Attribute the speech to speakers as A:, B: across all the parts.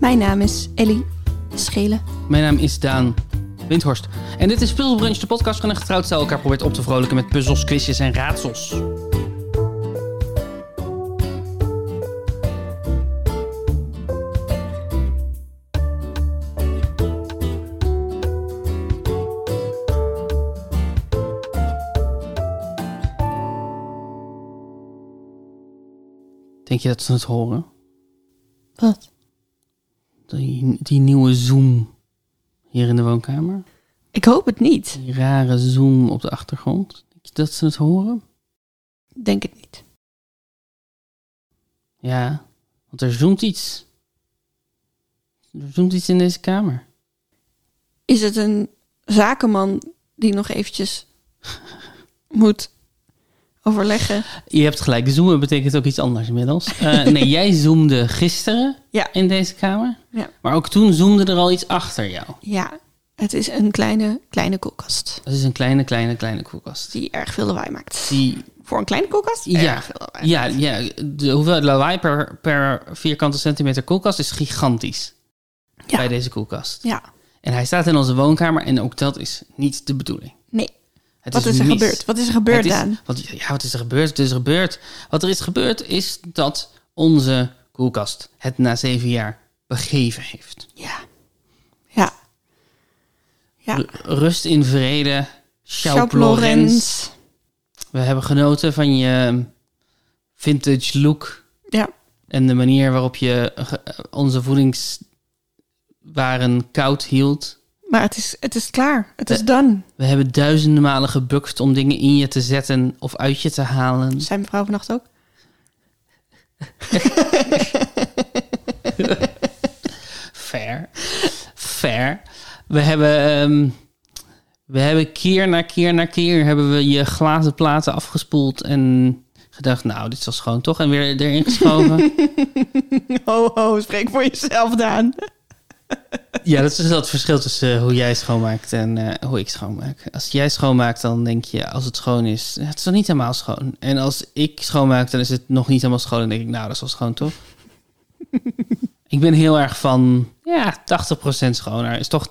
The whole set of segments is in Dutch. A: Mijn naam is Ellie Schelen.
B: Mijn naam is Daan Windhorst. En dit is Puzzlebrunch, de podcast waarin een getrouwd stel elkaar probeert op te vrolijken met puzzels, quizjes en raadsels. Denk je dat ze het horen?
A: Wat?
B: Die, die nieuwe Zoom hier in de woonkamer?
A: Ik hoop het niet.
B: Die rare zoom op de achtergrond. Denk je dat ze het horen?
A: Denk het niet.
B: Ja, want er zoomt iets. Er zoomt iets in deze kamer.
A: Is het een zakenman die nog eventjes moet overleggen?
B: Je hebt gelijk, zoomen betekent ook iets anders inmiddels. Eh, nee, jij zoomde gisteren
A: Ja.
B: in deze kamer.
A: Ja.
B: Maar ook toen zoomde er al iets achter jou.
A: Ja, het is een kleine, kleine koelkast.
B: Dat is een kleine, kleine, kleine koelkast.
A: Die erg veel lawaai maakt.
B: Die,
A: Voor een kleine koelkast?
B: ja,
A: Erg veel lawaai.
B: ja, ja, de hoeveelheid lawaai per, per vierkante centimeter koelkast is gigantisch.
A: Ja.
B: Bij deze koelkast.
A: Ja.
B: En hij staat in onze woonkamer en ook dat is niet de bedoeling.
A: Nee.
B: Het
A: Wat is, er
B: mis.
A: gebeurd? Wat is er gebeurd,
B: Het is-
A: Daan?
B: Wat, ja, wat is er gebeurd? Het is er gebeurd. Wat er is gebeurd is dat onze koelkast het na zeven jaar begeven heeft.
A: Ja. Ja. Ja.
B: R- Rust in vrede, Sjaap
A: Sjaap
B: Lorenz.
A: Lorenz.
B: We hebben genoten van je vintage look
A: Ja.
B: en de manier waarop je eh, ge- onze voedingswaren koud hield.
A: Maar het is, het is klaar. Het
B: Eh.
A: is done.
B: We hebben duizenden malen gebukt om dingen in je te zetten of uit je te halen.
A: Zijn mevrouw vannacht ook?
B: Fair. Fair. We hebben, ehm, we hebben keer na keer na keer hebben we je glazen platen afgespoeld en gedacht, nou, dit was gewoon toch en weer erin geschoven.
A: Ho, ho, spreek voor jezelf, Daan.
B: ja, dat is dus dat verschil tussen hoe jij schoonmaakt en eh, hoe ik schoonmaak. Als jij schoonmaakt, dan denk je, als het schoon is, het is nog niet helemaal schoon. En als ik schoonmaak, dan is het nog niet helemaal schoon en denk ik, nou, dat was schoon toch? ik ben heel erg van, ja, 80% schoner is toch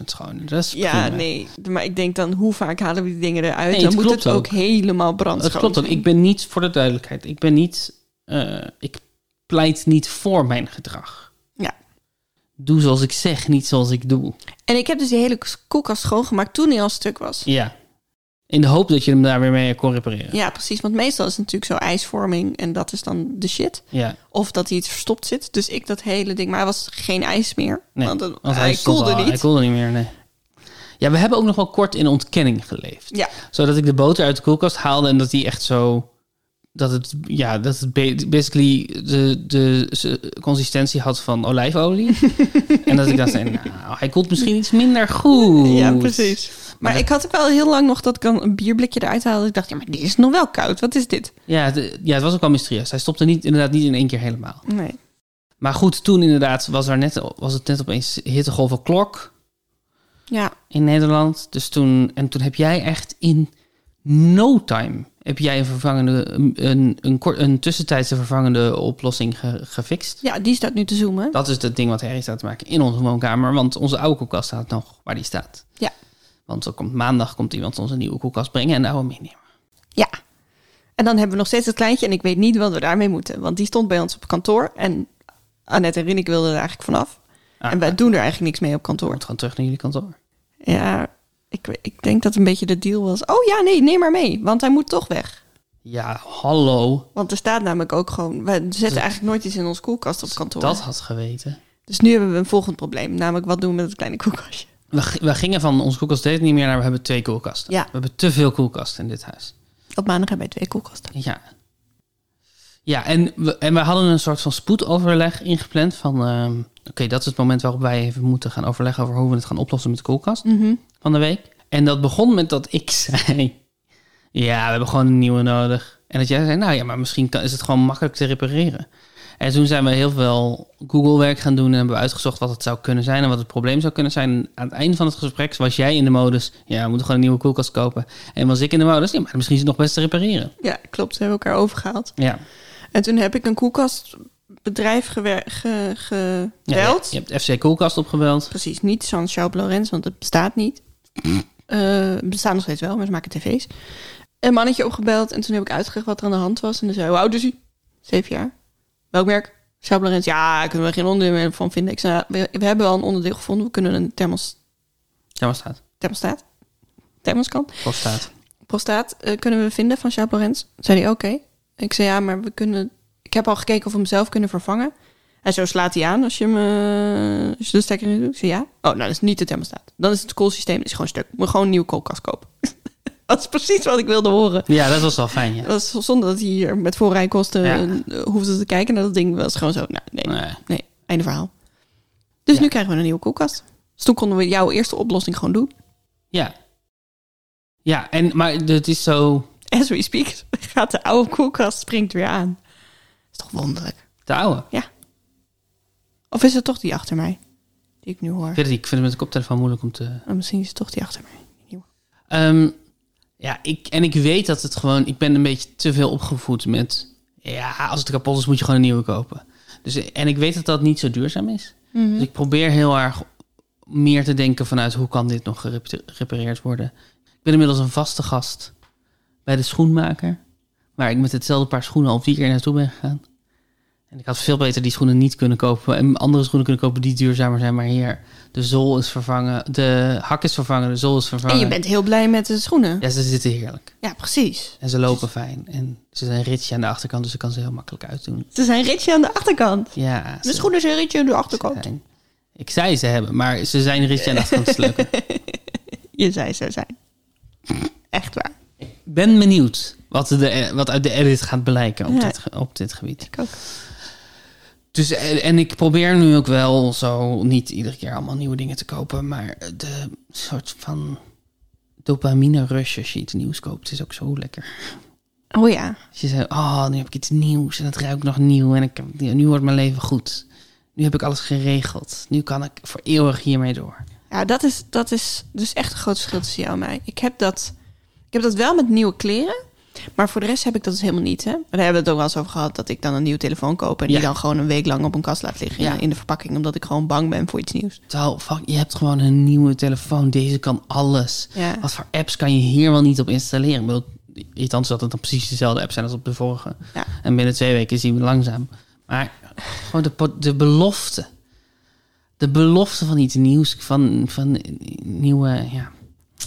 B: 80% schoner. Dat is
A: Ja,
B: prima.
A: nee. Maar ik denk dan, hoe vaak halen we die dingen eruit?
B: Nee,
A: dan
B: het
A: moet
B: klopt
A: het ook,
B: ook.
A: helemaal brandschoon
B: Dat klopt ook.
A: zijn.
B: Ik ben niet, voor de duidelijkheid, ik ben niet, eh, ik pleit niet voor mijn gedrag.
A: Ja.
B: Doe zoals ik zeg, niet zoals ik doe.
A: En ik heb dus die hele koelkast schoongemaakt toen hij al stuk was.
B: Ja. In de hoop dat je hem daar weer mee kon repareren.
A: Ja, precies. Want meestal is het natuurlijk zo ijsvorming en dat is dan de shit.
B: Ja.
A: Of dat hij iets verstopt zit. Dus ik dat hele ding. Maar er was geen ijs meer.
B: Nee.
A: Want, het-
B: Want
A: hij,
B: stond
A: koelde
B: al-
A: niet.
B: Hij koelde niet meer, nee. Ja, we hebben ook nog wel kort in ontkenning geleefd.
A: Ja,
B: Zodat ik de boter uit de koelkast haalde en dat die echt zo... Dat het, ja, dat het ba- basically de, de s- consistentie had van olijfolie. en dat ik dacht, nou, hij koelt misschien iets minder goed.
A: ja precies. Maar,
B: dat-
A: ik had ook wel heel lang nog dat ik dan een bierblikje eruit haalde. Ik dacht, ja, maar dit is nog wel koud. Wat is dit?
B: Ja, de- ja, het was ook wel mysterieus. Hij stopte niet, inderdaad niet in één keer helemaal.
A: Nee.
B: Maar goed, toen inderdaad was, er net, was het net opeens hittegolven klok
A: Ja,
B: in Nederland. Dus toen, en toen heb jij echt in no time heb jij een, vervangende, een, een, een, kort- een tussentijdse vervangende oplossing ge- gefixt.
A: ja die staat nu te zoomen.
B: Dat is het ding wat Harry staat te maken in onze woonkamer. Want onze oude koelkast staat nog waar die staat.
A: Ja.
B: Want er komt, maandag komt iemand onze nieuwe koelkast brengen en de oude meenemen.
A: Ja. En dan hebben we nog steeds het kleintje en ik weet niet wat we daarmee moeten. Want die stond bij ons op kantoor en Annette en Rinnik wilden er eigenlijk vanaf.
B: Ah,
A: en wij doen er eigenlijk niks mee op kantoor.
B: Komt gewoon terug naar jullie kantoor.
A: Ja, ik, we- ik denk dat een beetje de deal was. Oh ja, nee, neem maar mee, want hij moet toch weg.
B: Ja, hallo.
A: Want er staat namelijk ook gewoon... We zetten eigenlijk nooit iets in ons koelkast op kantoor.
B: Dat had geweten.
A: Dus nu hebben we een volgend probleem. Namelijk, wat doen we met het kleine koelkastje?
B: We, g- we gingen van onze koelkast deed het niet meer naar we hebben twee koelkasten.
A: Ja.
B: We hebben te veel koelkasten in dit huis.
A: Op maandag hebben wij twee koelkasten.
B: Ja. Ja, en we, en we hadden een soort van spoedoverleg ingepland van... ehm, Oké, dat is het moment waarop wij even moeten gaan overleggen over hoe we het gaan oplossen met de koelkast van de week. En dat begon met dat ik zei... Ja, we hebben gewoon een nieuwe nodig. En dat jij zei, nou ja, maar misschien kan, is het gewoon makkelijk te repareren. En toen zijn we heel veel Google-werk gaan doen en hebben we uitgezocht wat het zou kunnen zijn en wat het probleem zou kunnen zijn. En aan het eind van het gesprek was jij in de modus, ja, we moeten gewoon een nieuwe koelkast kopen. En was ik in de modus, ja, maar misschien is het nog best te repareren.
A: Ja, klopt. We hebben elkaar overgehaald.
B: Ja,
A: En toen heb ik een koelkast bedrijf gewer- ge-
B: Ja,
A: gebeld.
B: Je hebt FC Koelkast opgebeld.
A: Precies, niet San Charles Lorenz, want het bestaat niet. Eh, het bestaat nog steeds wel, maar ze maken tv's. Een mannetje opgebeld en toen heb ik uitgelegd wat er aan de hand was. En dan zei hij, hoe oud is hij? Zeven jaar. Welk merk? Charles Lorenz. Ja, kunnen we geen onderdeel meer van vinden. Ik zei, "Nou, we, we hebben wel een onderdeel gevonden. We kunnen een thermos,
B: Ja, maar staat.
A: thermostaat, thermoskan,
B: Kost staat.
A: prostaat eh, kunnen we vinden van Charles Lorenz. Zei hij, oké. Ik zei, ja, maar we kunnen... Ik heb al gekeken of we hem zelf kunnen vervangen. En zo slaat hij aan als je, hem, eh, als je de stekker in doet. Ik zei ja. Oh, nou, dat is niet de thermostaat. Dan is het koelsysteem is gewoon stuk. Moet gewoon een nieuwe koelkast kopen. dat is precies wat ik wilde horen.
B: Ja, dat was wel fijn, ja.
A: Dat is zonder dat hij hier met voorrijkosten
B: Ja.
A: eh, hoefde te kijken naar dat ding. was gewoon zo, nou, nee, nee,
B: Nee.
A: einde verhaal. Dus
B: Ja.
A: nu krijgen we een nieuwe koelkast. Dus toen konden we jouw eerste oplossing gewoon doen.
B: Ja. Ja, en, maar het is zo...
A: As we speak gaat de oude koelkast springt weer aan. is toch wonderlijk.
B: De oude.
A: Of is het toch die achter mij? Die ik nu hoor.
B: Ik weet het niet, ik vind het met de koptelefoon moeilijk om te...
A: Oh, misschien is het toch die achter mij.
B: Ehm, ja, ik, en ik weet dat het gewoon... Ik ben een beetje te veel opgevoed met... Ja, als het kapot is, moet je gewoon een nieuwe kopen. Dus, en ik weet dat dat niet zo duurzaam is.
A: Mhm.
B: Dus ik probeer heel erg meer te denken vanuit... hoe kan dit nog gerep- gerepareerd worden? Ik ben inmiddels een vaste gast bij de schoenmaker... waar ik met hetzelfde paar schoenen al vier keer naartoe ben gegaan. En ik had veel beter die schoenen niet kunnen kopen... en andere schoenen kunnen kopen die duurzamer zijn. Maar hier, de zool is vervangen... de hak is vervangen, de zool is vervangen.
A: En je bent heel blij met de schoenen.
B: Ja, ze zitten heerlijk.
A: Ja, precies.
B: En ze lopen fijn. En ze zijn ritje aan de achterkant, dus ze kan ze heel makkelijk uitdoen.
A: Ze zijn ritje aan de achterkant.
B: Ja,
A: De
B: ze
A: schoenen zijn ritje aan de achterkant.
B: zijn- Ik zei ze hebben, maar ze zijn ritje aan de achterkant te slukken.
A: Je zei zo zijn. Echt waar.
B: Ik ben benieuwd wat, de, eh, wat uit de edit gaat blijken op,
A: Ja.
B: dit, ge- op dit gebied.
A: Ik ook.
B: Dus, en en ik probeer nu ook wel zo niet iedere keer allemaal nieuwe dingen te kopen, maar de soort van dopamine rush als je iets nieuws koopt is ook zo lekker.
A: Oh ja.
B: Als je zei, oh, nu heb ik iets nieuws en het ruikt nog nieuw en ik, heb- nu wordt mijn leven goed. Nu heb ik alles geregeld. Nu kan ik voor eeuwig hiermee door.
A: Ja, dat is, dat is dus echt een groot verschil tussen jou en mij. Ik heb dat, ik heb dat wel met nieuwe kleren. Maar voor de rest heb ik dat dus helemaal niet. Hè? Maar Daar hebben we het ook wel eens over gehad. Dat ik dan een nieuwe telefoon koop. En die
B: Ja.
A: dan gewoon een week lang op een kast laat liggen.
B: Ja.
A: In de verpakking. Omdat ik gewoon bang ben voor iets nieuws.
B: Terwijl, fuck, je hebt gewoon een nieuwe telefoon. Deze kan alles.
A: Ja.
B: Wat voor apps kan je hier wel niet op installeren? Ik bedoel, irritant is dat het dan precies dezelfde apps zijn als op de vorige.
A: Ja.
B: En binnen twee weken zien we langzaam. Maar gewoon de, po- de belofte. De belofte van iets nieuws. Van, van nieuwe, ja.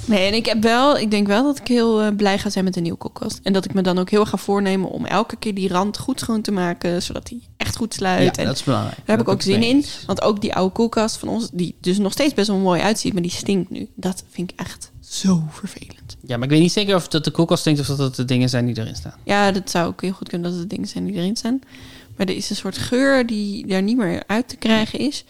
A: Nee, en ik heb wel, ik denk wel dat ik heel eh, blij ga zijn met de nieuwe koelkast. En dat ik me dan ook heel ga voornemen om elke keer die rand goed schoon te maken, zodat die echt goed
B: ja,
A: sluit. en
B: dat is belangrijk.
A: daar heb
B: Dat
A: ik ook
B: het
A: zin
B: mee
A: in.
B: eens.
A: Want ook die oude koelkast van ons, die dus nog steeds best wel mooi uitziet, maar die stinkt nu. Dat vind ik echt zo vervelend.
B: Ja, maar ik weet niet zeker of dat de koelkast denkt of dat het de dingen zijn die erin staan.
A: Ja, dat zou ook heel goed kunnen dat het dingen zijn die erin staan. Maar er is een soort geur die daar niet meer uit te krijgen is.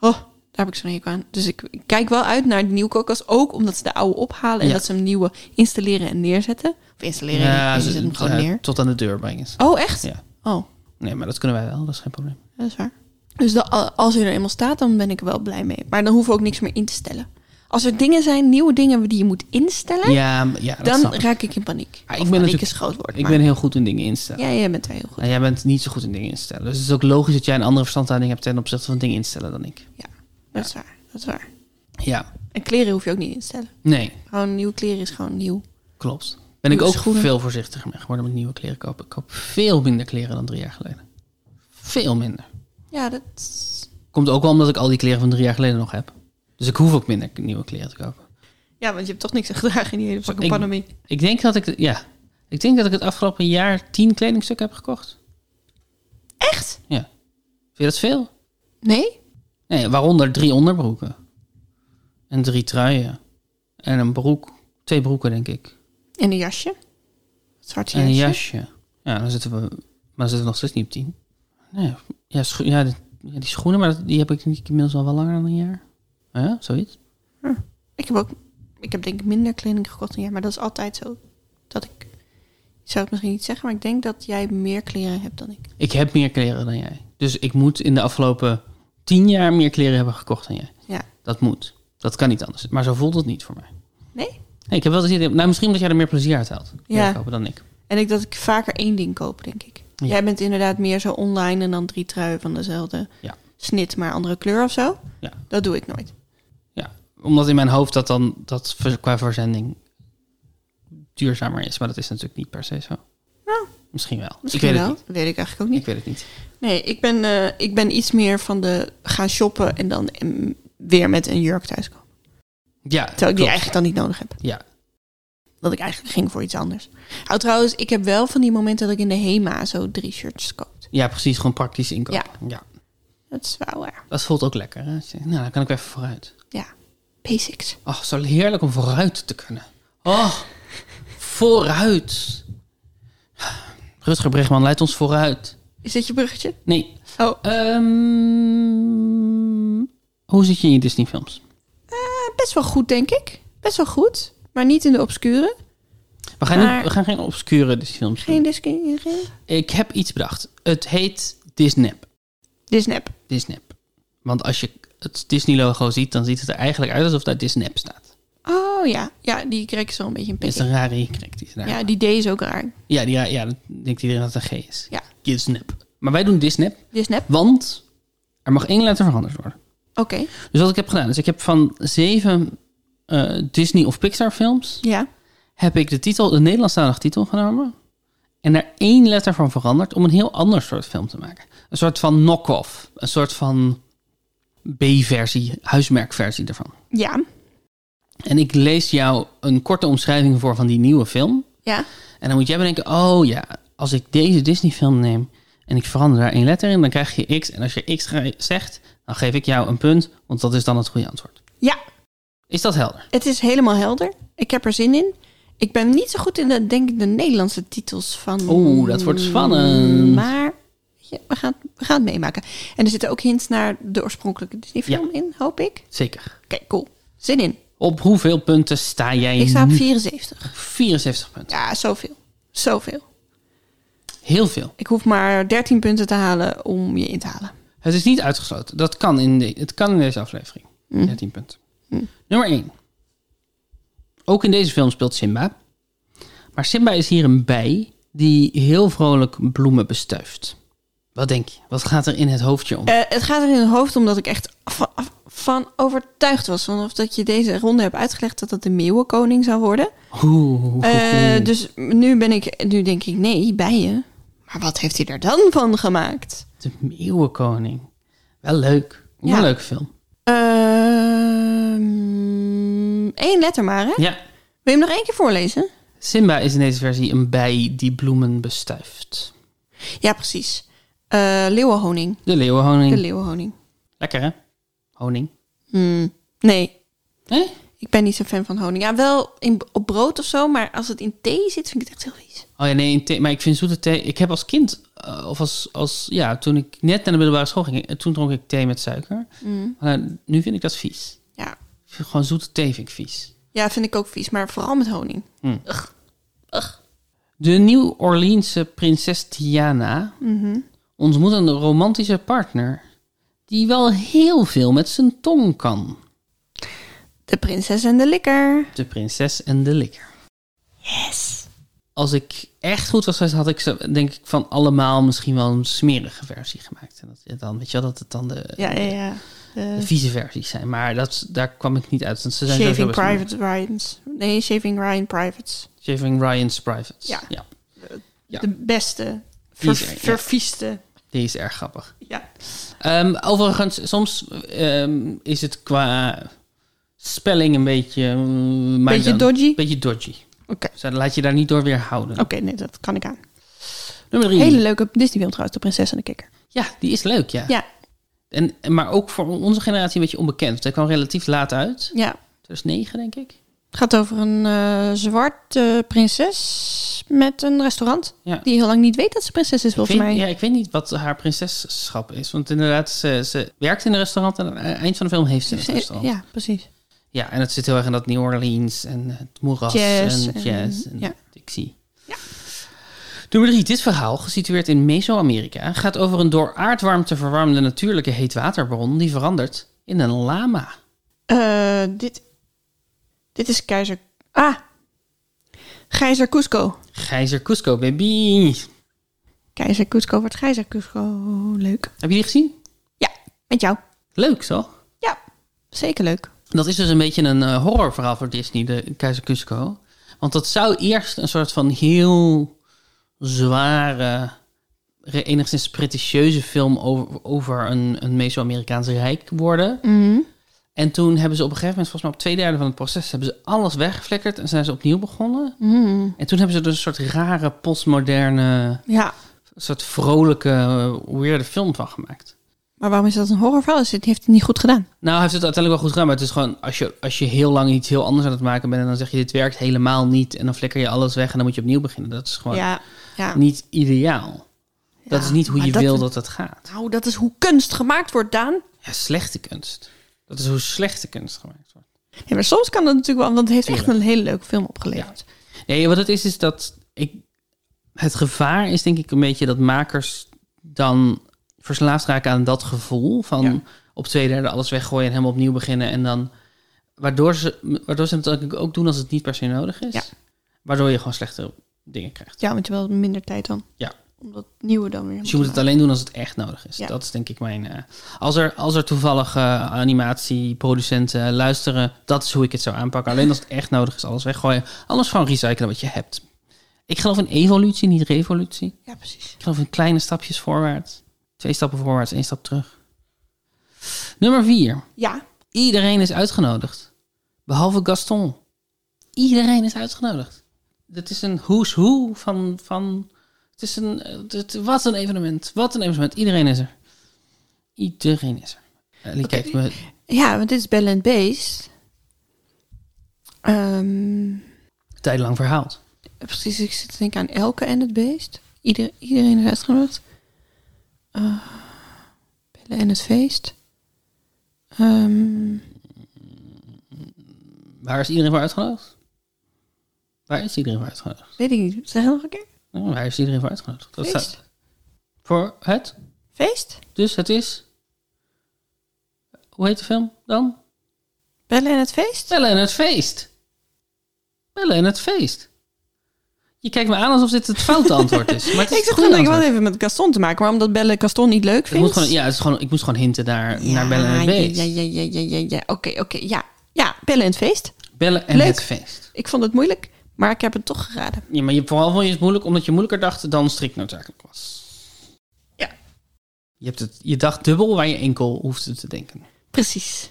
A: Oh, daar heb ik zo'n hekel aan. Dus ik ik kijk wel uit naar de nieuwe koelkast. Ook omdat ze de oude ophalen en
B: Ja.
A: dat ze hem nieuwe installeren en neerzetten. Of installeren en
B: ze-
A: zetten hem gewoon
B: ja,
A: neer.
B: Tot aan de deur brengen. ze.
A: Oh, echt?
B: Ja.
A: Oh,
B: Nee, maar dat kunnen wij wel, dat is geen probleem.
A: dat is waar. Dus de- als hij er eenmaal staat, dan ben ik er wel blij mee. Maar dan hoeven we ook niks meer in te stellen. Als er dingen zijn, nieuwe dingen die je moet instellen,
B: Ja, maar- ja dat
A: dan
B: snap ik.
A: raak ik in paniek.
B: Ah, ik ben
A: Of paniek
B: natuurlijk-
A: is een groot woord.
B: Ik
A: maar-
B: ben heel goed in dingen instellen.
A: Ja, jij bent daar heel goed.
B: En jij bent niet zo goed in dingen instellen. Dus het is ook logisch dat jij een andere verstandhouding hebt ten opzichte van dingen instellen dan ik.
A: Ja, dat is waar. Dat is waar.
B: Ja,
A: En kleren hoef je ook niet in te stellen.
B: nee,
A: Gewoon nieuwe kleren is gewoon nieuw.
B: klopt. Ben ik
A: Nieuwe
B: ook
A: schoenen.
B: veel voorzichtiger mee geworden met nieuwe kleren kopen. Ik koop veel minder kleren dan drie jaar geleden. Veel minder.
A: Ja, dat is-
B: Komt ook wel omdat ik al die kleren van drie jaar geleden nog heb. Dus ik hoef ook minder nieuwe kleren te kopen.
A: ja want je hebt toch niks gedragen in die hele fucking
B: Oh, Ik-
A: pandemie.
B: Ik denk dat ik, ja, ik denk dat ik het afgelopen jaar tien kledingstukken heb gekocht.
A: Echt?
B: Ja. Vind je dat veel?
A: Nee?
B: Nee, waaronder drie onderbroeken. En drie truien. En een broek. Twee broeken, denk ik.
A: En een jasje? Zwart
B: En
A: jasje?
B: een jasje. Ja, dan zitten we, maar dan zitten we nog steeds niet op tien. Nee, ja, scho- ja, de- ja, die schoenen, maar dat- die heb ik denk ik inmiddels al wel langer dan een jaar. Oh Ja, zoiets.
A: Ik heb ook, ik heb denk ik minder kleding gekocht dan jij, maar dat is altijd zo. Dat ik, ik zou het misschien niet zeggen, maar ik denk dat jij meer kleren hebt dan ik.
B: Ik heb meer kleren dan jij. Dus ik moet in de afgelopen tien jaar meer kleren hebben gekocht dan jij.
A: Ja.
B: Dat moet. Dat kan niet anders. Maar zo voelt het niet voor mij.
A: Nee?
B: Nee, ik heb wel het idee. Nou, misschien omdat jij er meer plezier uit haalt.
A: Ja.
B: Kopen dan ik.
A: En ik dat ik vaker één ding koop, denk ik.
B: Ja.
A: Jij bent inderdaad meer zo online en dan drie truien van dezelfde
B: Ja.
A: snit, maar andere kleur of zo.
B: Ja.
A: Dat doe ik nooit.
B: Omdat in mijn hoofd dat dan dat ver- qua verzending duurzamer is. Maar dat is natuurlijk niet per se zo.
A: Nou.
B: Misschien wel.
A: Misschien
B: ik weet
A: wel.
B: het
A: Weet ik eigenlijk ook
B: niet.
A: niet.
B: Ik weet het niet.
A: Nee, ik ben, eh, ik ben iets meer van de gaan shoppen en dan mm, weer met een jurk thuis komen.
B: Ja,
A: Terwijl ik die
B: klopt.
A: eigenlijk dan niet nodig heb.
B: Ja.
A: Dat ik eigenlijk ging voor iets anders. Oh, trouwens, ik heb wel van die momenten dat ik in de HEMA zo drie shirts koop.
B: ja, precies. Gewoon praktisch inkopen. Ja.
A: Dat is wel waar.
B: Dat voelt ook lekker. Hè? Als je- Nou, dan kan ik weer even vooruit.
A: Ja. Basics.
B: Oh, zo heerlijk om vooruit te kunnen. Oh, vooruit. Rutger Bregman leidt ons vooruit.
A: Is dit je bruggetje?
B: Nee.
A: Oh.
B: Ehm, hoe zit je in je Disney-films?
A: Eh, best wel goed, denk ik. Best wel goed. Maar niet in de obscure.
B: We gaan, niet-
A: Maar-
B: we gaan geen obscure Disney-films doen.
A: Geen Disney. Geen...
B: Ik heb iets bedacht. Het heet Disnap.
A: Disnap.
B: Disnap. Want als je het Disney-logo ziet, dan ziet het er eigenlijk uit alsof daar Disnap staat.
A: Oh ja. Ja, die kreeg is wel een beetje een
B: Dat is
A: pik.
B: een rare krek die ze daar.
A: Ja, die D is ook raar.
B: Ja, die, ja, ja, dan denkt iedereen dat het een G is.
A: Ja.
B: Disnap. Maar wij doen Disnap,
A: Disnap.
B: want er mag één letter veranderd worden.
A: Oké.
B: Dus wat ik heb gedaan, is ik heb van zeven eh, Disney of Pixar films,
A: Ja.
B: heb ik de titel, de Nederlandstalige titel genomen. En daar één letter van veranderd om een heel ander soort film te maken. Een soort van knock-off. Een soort van B-versie, huismerkversie ervan.
A: Ja.
B: En ik lees jou een korte omschrijving voor van die nieuwe film.
A: Ja.
B: En dan moet jij bedenken, oh ja, als ik deze Disney film neem en ik verander daar één letter in, dan krijg je X. En als je X ge- zegt, dan geef ik jou een punt, want dat is dan het goede antwoord.
A: Ja.
B: Is dat helder?
A: Het is helemaal helder. Ik heb er zin in. Ik ben niet zo goed in de, denk ik, de Nederlandse titels van...
B: Oeh, dat wordt spannend.
A: Maar ja, we, gaan, we gaan het meemaken. En er zitten ook hints naar de oorspronkelijke Disney-film in, hoop ik.
B: Zeker.
A: Oké, cool. Zin in.
B: Op hoeveel punten sta jij
A: Ik sta op
B: nu?
A: 74.
B: 74 punten.
A: Ja, zoveel. Zoveel.
B: Heel veel.
A: Ik hoef maar 13 punten te halen om je in te halen.
B: Het is niet uitgesloten. Dat kan in, de, het kan in deze aflevering.
A: Mm.
B: 13 punten. Nummer 1. Ook in deze film speelt Simba. Maar Simba is hier een bij die heel vrolijk bloemen bestuift. Wat denk je? Wat gaat er in het hoofdje om?
A: Eh, het gaat er in het hoofd om dat ik echt van, van overtuigd was. Vanaf dat je deze ronde hebt uitgelegd dat dat de meeuwenkoning zou worden.
B: Oeh.
A: Eh, dus nu, ben ik, nu denk ik, nee, bijen. Maar wat heeft hij er dan van gemaakt?
B: De Meeuwenkoning. Wel leuk. Wel
A: Ja.
B: een leuke film.
A: Ehm, Eén letter maar, hè?
B: Ja.
A: Wil je hem nog één keer voorlezen?
B: Simba is in deze versie een bij die bloemen bestuift.
A: Ja, precies. Eh, leeuwenhoning.
B: De leeuwenhoning.
A: De leeuwenhoning.
B: Lekker hè? Honing.
A: Hmm, Nee,
B: Hè?
A: ik ben niet zo'n fan van honing. Ja, wel in, op brood of zo, maar als het in thee zit, vind ik het echt heel vies.
B: Oh ja, nee, in thee- maar ik vind zoete thee... Ik heb als kind, eh, of als, als... Ja, toen ik net naar de middelbare school ging... eh, toen dronk ik thee met suiker.
A: Mm.
B: Maar eh, nu vind ik dat vies.
A: Ja.
B: Ik vind gewoon zoete thee vind ik vies.
A: ja, vind ik ook vies, maar vooral met honing. Ugh. Ugh.
B: De New Orleanse prinses Tiana
A: Mhm.
B: ontmoet een romantische partner... die wel heel veel met zijn tong kan.
A: De prinses en de likker.
B: De prinses en de likker.
A: Yes.
B: Als ik echt goed was geweest, had ik ze, denk ik, van allemaal misschien wel een smerige versie gemaakt. En dat, dan, weet je wel, dat het dan de,
A: Ja, ja, ja. Eh,
B: de
A: De
B: vieze versies zijn. Maar dat, daar kwam ik niet uit. Want ze zijn
A: shaving
B: sowieso best
A: Private Ryan's. Nee, Shaving Ryan Privates.
B: moeilijk. Shaving Ryan's Privates.
A: Ja.
B: Ja.
A: De beste.
B: Die
A: Ver,
B: is er, ja.
A: Vervieste.
B: Die is erg grappig.
A: Ja.
B: Ehm, overigens, soms ehm, is het qua spelling een beetje... mm, maar
A: Beetje
B: dan-
A: dodgy?
B: Beetje dodgy.
A: Oké.
B: Dus dan laat je daar niet door weer houden.
A: Oké, nee, dat kan ik aan.
B: Nummer drie.
A: Hele leuke Disney-film trouwens, De Prinses en de Kikker.
B: Ja, die is leuk, ja.
A: Ja,
B: En, en- maar ook voor onze generatie een beetje onbekend. want Hij kwam relatief laat uit.
A: ja.
B: 2009, denk ik.
A: Het gaat over een eh, zwarte prinses met een restaurant.
B: Ja.
A: Die heel lang niet weet dat ze prinses is,
B: Ik
A: volgens
B: weet,
A: mij.
B: ja, ik weet niet wat haar prinsesschap is. Want inderdaad, ze, ze werkt in een restaurant en aan het eind van de film heeft ze een
A: ja,
B: restaurant. Ja.
A: precies.
B: en het zit heel erg in dat New Orleans en eh, het moeras
A: Jazz
B: en
A: en-
B: jazz en
A: ja.
B: dixie.
A: Ja.
B: Nummer drie. Dit verhaal, gesitueerd in Mesoamerika, gaat over een door aardwarmte verwarmde natuurlijke heetwaterbron die verandert in een lama.
A: Eh, dit, dit is keizer... Ah! Keizer Cusco.
B: Gijzer Cusco, baby.
A: Keizer Cusco wordt Keizer Cusco. Leuk.
B: Heb je die gezien?
A: Ja, met jou.
B: Leuk, toch?
A: Ja, zeker leuk.
B: Dat is dus een beetje een eh, horrorverhaal voor Disney, de Keizer Cusco. Want dat zou eerst een soort van heel zware, re- enigszins pretentieuze film over, over een, een Meso-Amerikaans rijk worden. En toen hebben ze op een gegeven moment, volgens mij op twee derde van het proces, hebben ze alles weggeflikkerd en zijn ze opnieuw begonnen. En toen hebben ze dus een soort rare, postmoderne,
A: Ja, soort
B: soort vrolijke, eh, weirde film van gemaakt.
A: maar waarom is dat een horrorverhaal? Dus het heeft het niet goed gedaan.
B: Nou, hij heeft het uiteindelijk wel goed gedaan. Maar het is gewoon, als je, als je heel lang iets heel anders aan het maken bent... en dan zeg je, dit werkt helemaal niet... en dan flikker je alles weg en dan moet je opnieuw beginnen. Dat is gewoon
A: Ja, ja.
B: niet ideaal. Dat
A: Ja,
B: is niet hoe
A: maar
B: je
A: dat-
B: wil dat dat gaat.
A: Nou, dat is hoe kunst gemaakt wordt, Daan.
B: Ja, slechte kunst. Dat is hoe slechte kunst gemaakt wordt.
A: Ja, maar soms kan dat natuurlijk wel, want het heeft echt een hele leuke film opgeleverd.
B: Nee, wat het is, is dat... Ik, het gevaar is denk ik een beetje dat makers dan verslaafd raken aan dat gevoel... van
A: Ja.
B: op twee derde alles weggooien en helemaal opnieuw beginnen... en dan... Waardoor ze, waardoor ze het ook- ook doen als het niet per se nodig is.
A: Ja.
B: Waardoor je gewoon slechte dingen krijgt.
A: Ja, want je hebt wel minder tijd dan.
B: Ja.
A: Om dat nieuwe dan weer.
B: Dus je moet het
A: maken.
B: alleen doen als het echt nodig is.
A: Ja.
B: Dat is denk ik mijn... eh, als, er, als er toevallig eh, animatieproducenten eh, luisteren... dat is hoe ik het zou aanpakken. Alleen als het echt nodig is, alles weggooien. Anders gewoon recyclen wat je hebt. Ik geloof in evolutie, niet revolutie.
A: Ja, precies.
B: Ik geloof in kleine stapjes voorwaarts. Twee stappen voorwaarts, één stap terug. Nummer vier.
A: Ja.
B: Iedereen is uitgenodigd. Behalve Gaston. Iedereen is uitgenodigd. Het is een who's who van... van het is een... het- het- wat een evenement. Wat een evenement. Iedereen is er. Iedereen is er. Ellie kijkt me...
A: Ja, want dit is Bell and Beast. Ehm,
B: Tijdelang verhaald.
A: precies, ik zit te denken aan Elke en het Beest. Ieder, iedereen is uitgenodigd. Eh, Bellen en het Feest. Ehm,
B: Waar is iedereen voor uitgenodigd? Waar is iedereen voor uitgenodigd?
A: weet ik niet. Zeg het nog een keer.
B: Nou, waar is iedereen voor uitgenodigd? Dat
A: Feest?
B: staat voor het.
A: Feest?
B: Dus het is... Hoe heet de film dan?
A: Bellen en het Feest?
B: Bellen en het feest. Bellen en het feest. Je kijkt me aan alsof dit het foute antwoord is. Maar het is
A: Ik zat
B: het goede
A: gewoon denken, wat
B: antwoord.
A: even met Gaston te maken. Maar omdat Belle Gaston niet leuk
B: Het
A: vindt...
B: moet gewoon, ja, het is gewoon, ik moest gewoon hinten naar, naar Bellen en het feest.
A: Ja, ja, ja, ja, ja, ja. Oké, oké, ja. Ja, Bellen en het Feest.
B: Bellen en
A: Leuk.
B: het feest.
A: Ik vond het moeilijk, maar ik heb het toch geraden.
B: Ja, maar je, vooral vond je het moeilijk omdat je moeilijker dacht dan strikt noodzakelijk was.
A: Ja.
B: Je, hebt het, je dacht dubbel waar je enkel hoefde te denken.
A: Precies.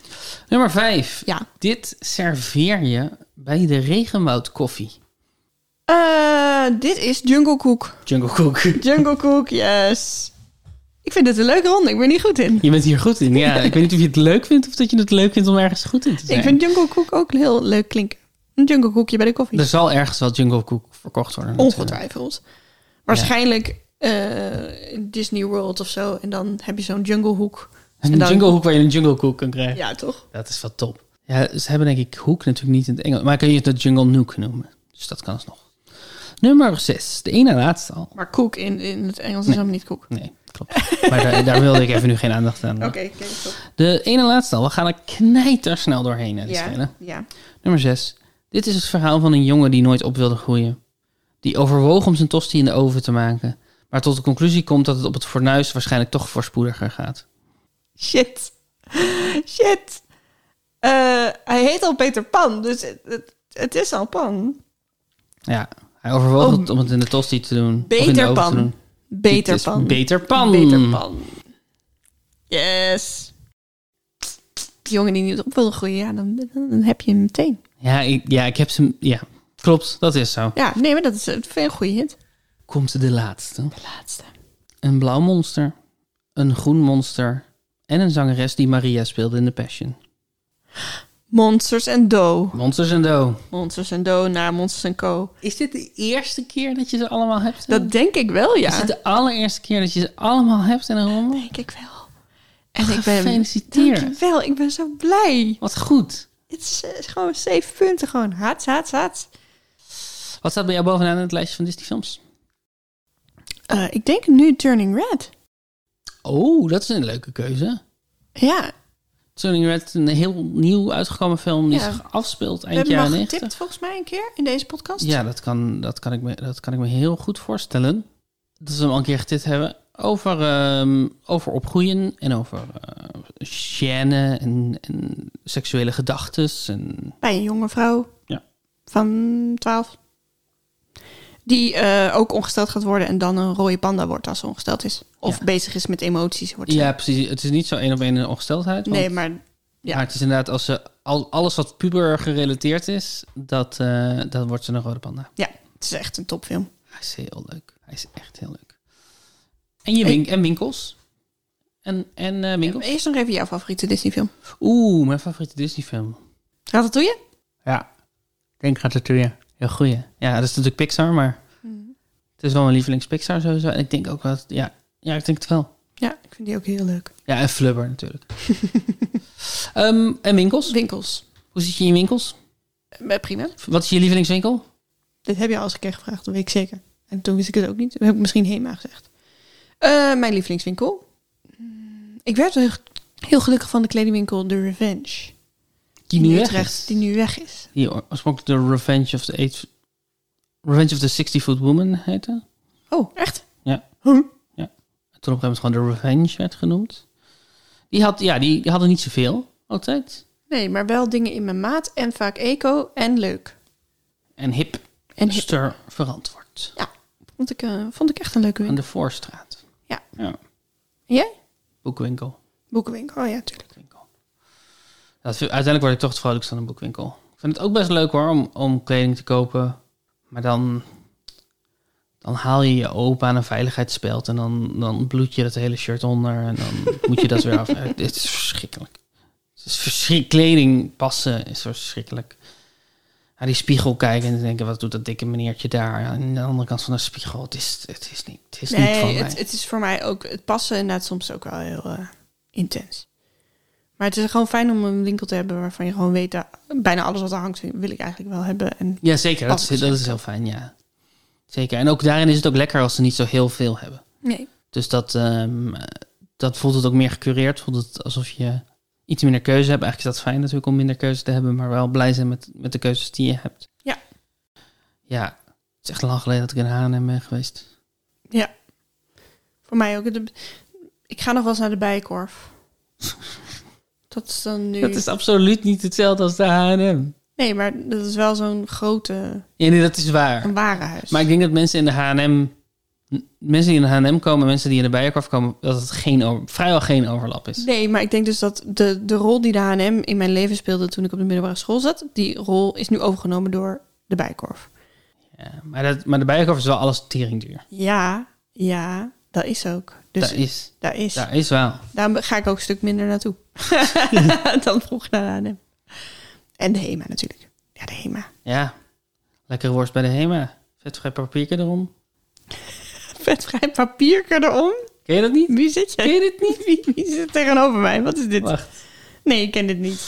B: Nummer vijf.
A: Ja.
B: Dit serveer je bij de regenwoudkoffie.
A: Eh, dit is Jungle Cook.
B: Jungle Cook.
A: Jungle Cook, yes. Ik vind het een leuke ronde. Ik ben niet goed in.
B: Je bent hier goed in. Ja, ik weet niet of je het leuk vindt of dat je het leuk vindt om ergens goed in te zijn.
A: Ik vind Jungle Cook ook heel leuk klinken. Een Jungle Cookje bij de koffie.
B: Er zal ergens wel Jungle Cook verkocht worden. natuurlijk.
A: Ongetwijfeld. Waarschijnlijk eh, in Disney World of zo. En dan heb je zo'n Jungle Hoek. En
B: Een
A: dan-
B: Jungle Hook waar je een Jungle Cook kan krijgen.
A: Ja, toch?
B: Dat is wel top. Ja, ze hebben denk ik Hoek natuurlijk niet in het Engels. Maar kun je het de Jungle Nook noemen. Dus dat kan alsnog. Nummer 6. De ene laatste al.
A: Maar Cook in, in het Engels is helemaal niet Cook.
B: Nee, klopt. Maar daar, daar wilde ik even nu geen aandacht aan.
A: Oké,
B: Oké.
A: oké. top.
B: De ene laatste al. We gaan er knijtersnel doorheen. hè, die
A: Ja,
B: scène.
A: ja.
B: Nummer 6. Dit is het verhaal van een jongen die nooit op wilde groeien. Die overwoog om zijn tosti in de oven te maken. Maar tot de conclusie komt dat het op het fornuis waarschijnlijk toch voorspoediger gaat.
A: Shit. Shit. Eh, hij heet al Peter Pan, dus het, het, het is al Pan.
B: Ja, hij overwoog
A: Oh,
B: het om het in de tosti te doen. of in de
A: Beter
B: oven te
A: Pan.
B: doen.
A: Beter
B: Het is
A: Pan.
B: Beter pan.
A: Beter Pan. Yes. Die jongen die niet op wil groeien, ja, dan, dan heb je hem meteen.
B: Ja, ik, ja, ik heb ze... Ja, klopt. Dat is zo.
A: Ja, nee, maar dat is eh, vind ik een goede hit.
B: Komt de laatste.
A: De laatste.
B: Een blauw monster. Een groen monster. En een zangeres die Maria speelde in The Passion.
A: Monsters and Do.
B: Monsters en Do.
A: Monsters and Do naar Monsters and Co.
B: Is dit de eerste keer dat je ze allemaal hebt?
A: Dat denk ik wel,
B: Is
A: ja.
B: het de allereerste keer dat je ze allemaal hebt in een ronde?
A: Denk ik wel. En ik ben...
B: Gefeliciteerd.
A: Dankjewel, ik ben zo blij.
B: Wat goed.
A: Het is eh, gewoon zeven punten, gewoon. Haats, haats, haats.
B: Wat staat bij jou bovenaan in het lijstje van Disney films?
A: Eh, ik denk nu Turning Red.
B: Oh, dat is een leuke keuze.
A: Ja,
B: Turning Red, een heel nieuw uitgekomen film die
A: Ja.
B: zich afspeelt
A: we
B: eind
A: hebben hem
B: jaren
A: al
B: 90.
A: getipt volgens mij een keer in deze podcast.
B: Ja, dat kan, dat, kan ik me, dat kan ik me heel goed voorstellen. dat we hem al een keer getit hebben. Over, ehm, over opgroeien en over eh gêne en, en seksuele gedachtes. En
A: Bij een jonge vrouw
B: Ja.
A: van 12. Die eh, ook ongesteld gaat worden en dan een rode panda wordt als ze ongesteld is. Of bezig is met emoties. Wordt ze.
B: Ja, precies. Het is niet zo één op één een ongesteldheid. want-
A: Nee, maar ja.
B: Maar het is inderdaad als ze al, alles wat puber gerelateerd is, dat, eh, dan wordt ze een rode panda.
A: ja, het is echt een topfilm.
B: Hij is heel leuk. Hij is echt heel leuk. En, je wink en winkels. En, en eh, winkels.
A: Eerst nog even jouw favoriete Disney-film.
B: Oeh, mijn favoriete Disney-film.
A: Ratatouille?
B: Ja, ik denk Ratatouille. Heel goeie. Ja, dat is natuurlijk Pixar, maar
A: Mm.
B: het is wel mijn lievelings Pixar sowieso. En ik denk ook wel, ja, ja, ik denk het wel.
A: Ja, ik vind die ook heel leuk.
B: Ja, en Flubber natuurlijk. Ehm, en winkels.
A: Winkels.
B: Hoe zit je in winkels?
A: Eh, Prima.
B: Wat is je lievelingswinkel?
A: Dit heb je al eens een keer gevraagd, dat weet ik zeker. En toen wist ik het ook niet. Toen heb ik misschien Hema gezegd. Eh, mijn lievelingswinkel. Mm, Ik werd heel- heel gelukkig van de kledingwinkel The Revenge.
B: Die
A: in
B: nu weg
A: Utrecht,
B: is.
A: Die nu weg is.
B: Die oor- oorspronkelijk de Revenge of the Eight... Revenge of the 60-Foot Woman heette. En
A: Oh, echt?
B: toen op een gegeven moment gewoon de Revenge werd genoemd. Die, had, ja, die, die hadden niet zoveel, altijd.
A: Nee, maar wel dingen in mijn maat en vaak eco en leuk.
B: En hip,
A: En hip.
B: ster verantwoord.
A: Vond ik, eh, vond ik echt een leuke
B: Aan
A: winkel.
B: de Voorstraat.
A: Ja.
B: ja.
A: En jij?
B: Boekwinkel.
A: Boekenwinkel, oh ja, tuurlijk.
B: boekwinkel. Dat, vind- uiteindelijk word ik toch het vrolijkst van een boekwinkel. Ik vind het ook best leuk hoor, om, om kleding te kopen. Maar dan, dan haal je je open aan een veiligheidsspeld. En dan, dan bloed je dat hele shirt onder. En dan moet je dat weer af. Eh, Dit is verschrikkelijk. Het is verschrik- kleding passen is verschrikkelijk. Naar die spiegel kijken en denken, wat doet dat dikke meneertje daar? Ja, Aan de andere kant van de spiegel, het is, het is niet, het is niet van
A: Nee,
B: mij.
A: het, het is voor mij ook... Het passen inderdaad soms ook wel heel eh, intens. Maar het is gewoon fijn om een winkel te hebben waarvan je gewoon weet... dat bijna alles wat er hangt wil ik eigenlijk wel hebben. En
B: Ja, zeker. Dat is,
A: Anders
B: dat is heel fijn, ja. Zeker. En ook daarin is het ook lekker als ze niet zo heel veel hebben.
A: nee,
B: Dus dat, ehm, eh, dat voelt het ook meer gecureerd. Voelt het alsof je iets minder keuze hebt. Eigenlijk is dat fijn natuurlijk om minder keuze te hebben, maar wel blij zijn met, met de keuzes die je hebt.
A: Ja.
B: Ja, het is echt lang geleden dat ik in H&M ben geweest.
A: Voor mij ook. De- ik ga nog wel eens naar de Bijenkorf. dat is dan nu...
B: Dat is absoluut niet hetzelfde als de H&M.
A: Nee, maar dat is wel zo'n grote...
B: Ja, nee, dat is waar.
A: Een warenhuis.
B: Maar ik denk dat mensen in de H&M... m- Mensen die in de H&M komen, mensen die in de Bijenkorf komen... dat het geen, over- vrijwel geen overlap is.
A: Nee, maar ik denk dus dat de, de rol die de H&M in mijn leven speelde toen ik op de middelbare school zat, die rol is nu overgenomen door de Bijenkorf.
B: Ja, maar, dat, maar de bijenkorf is wel alles teringduur.
A: Ja, ja, dat is ook. Dus
B: Dus daar is,
A: daar is.
B: daar is wel.
A: Daar ga ik ook een stuk minder naartoe. Dan vroeg naar de H&M. En de HEMA natuurlijk. Ja, de E HEMA.
B: Ja, lekkere worst bij de Hema. Vetvrij papierke erom.
A: Vetvrij papier erom.
B: Ken je dat niet?
A: Wie zit je?
B: Ken je dit niet?
A: Wie, wie zit tegenover mij? Wat is dit?
B: Wacht.
A: Nee, ik ken dit niet.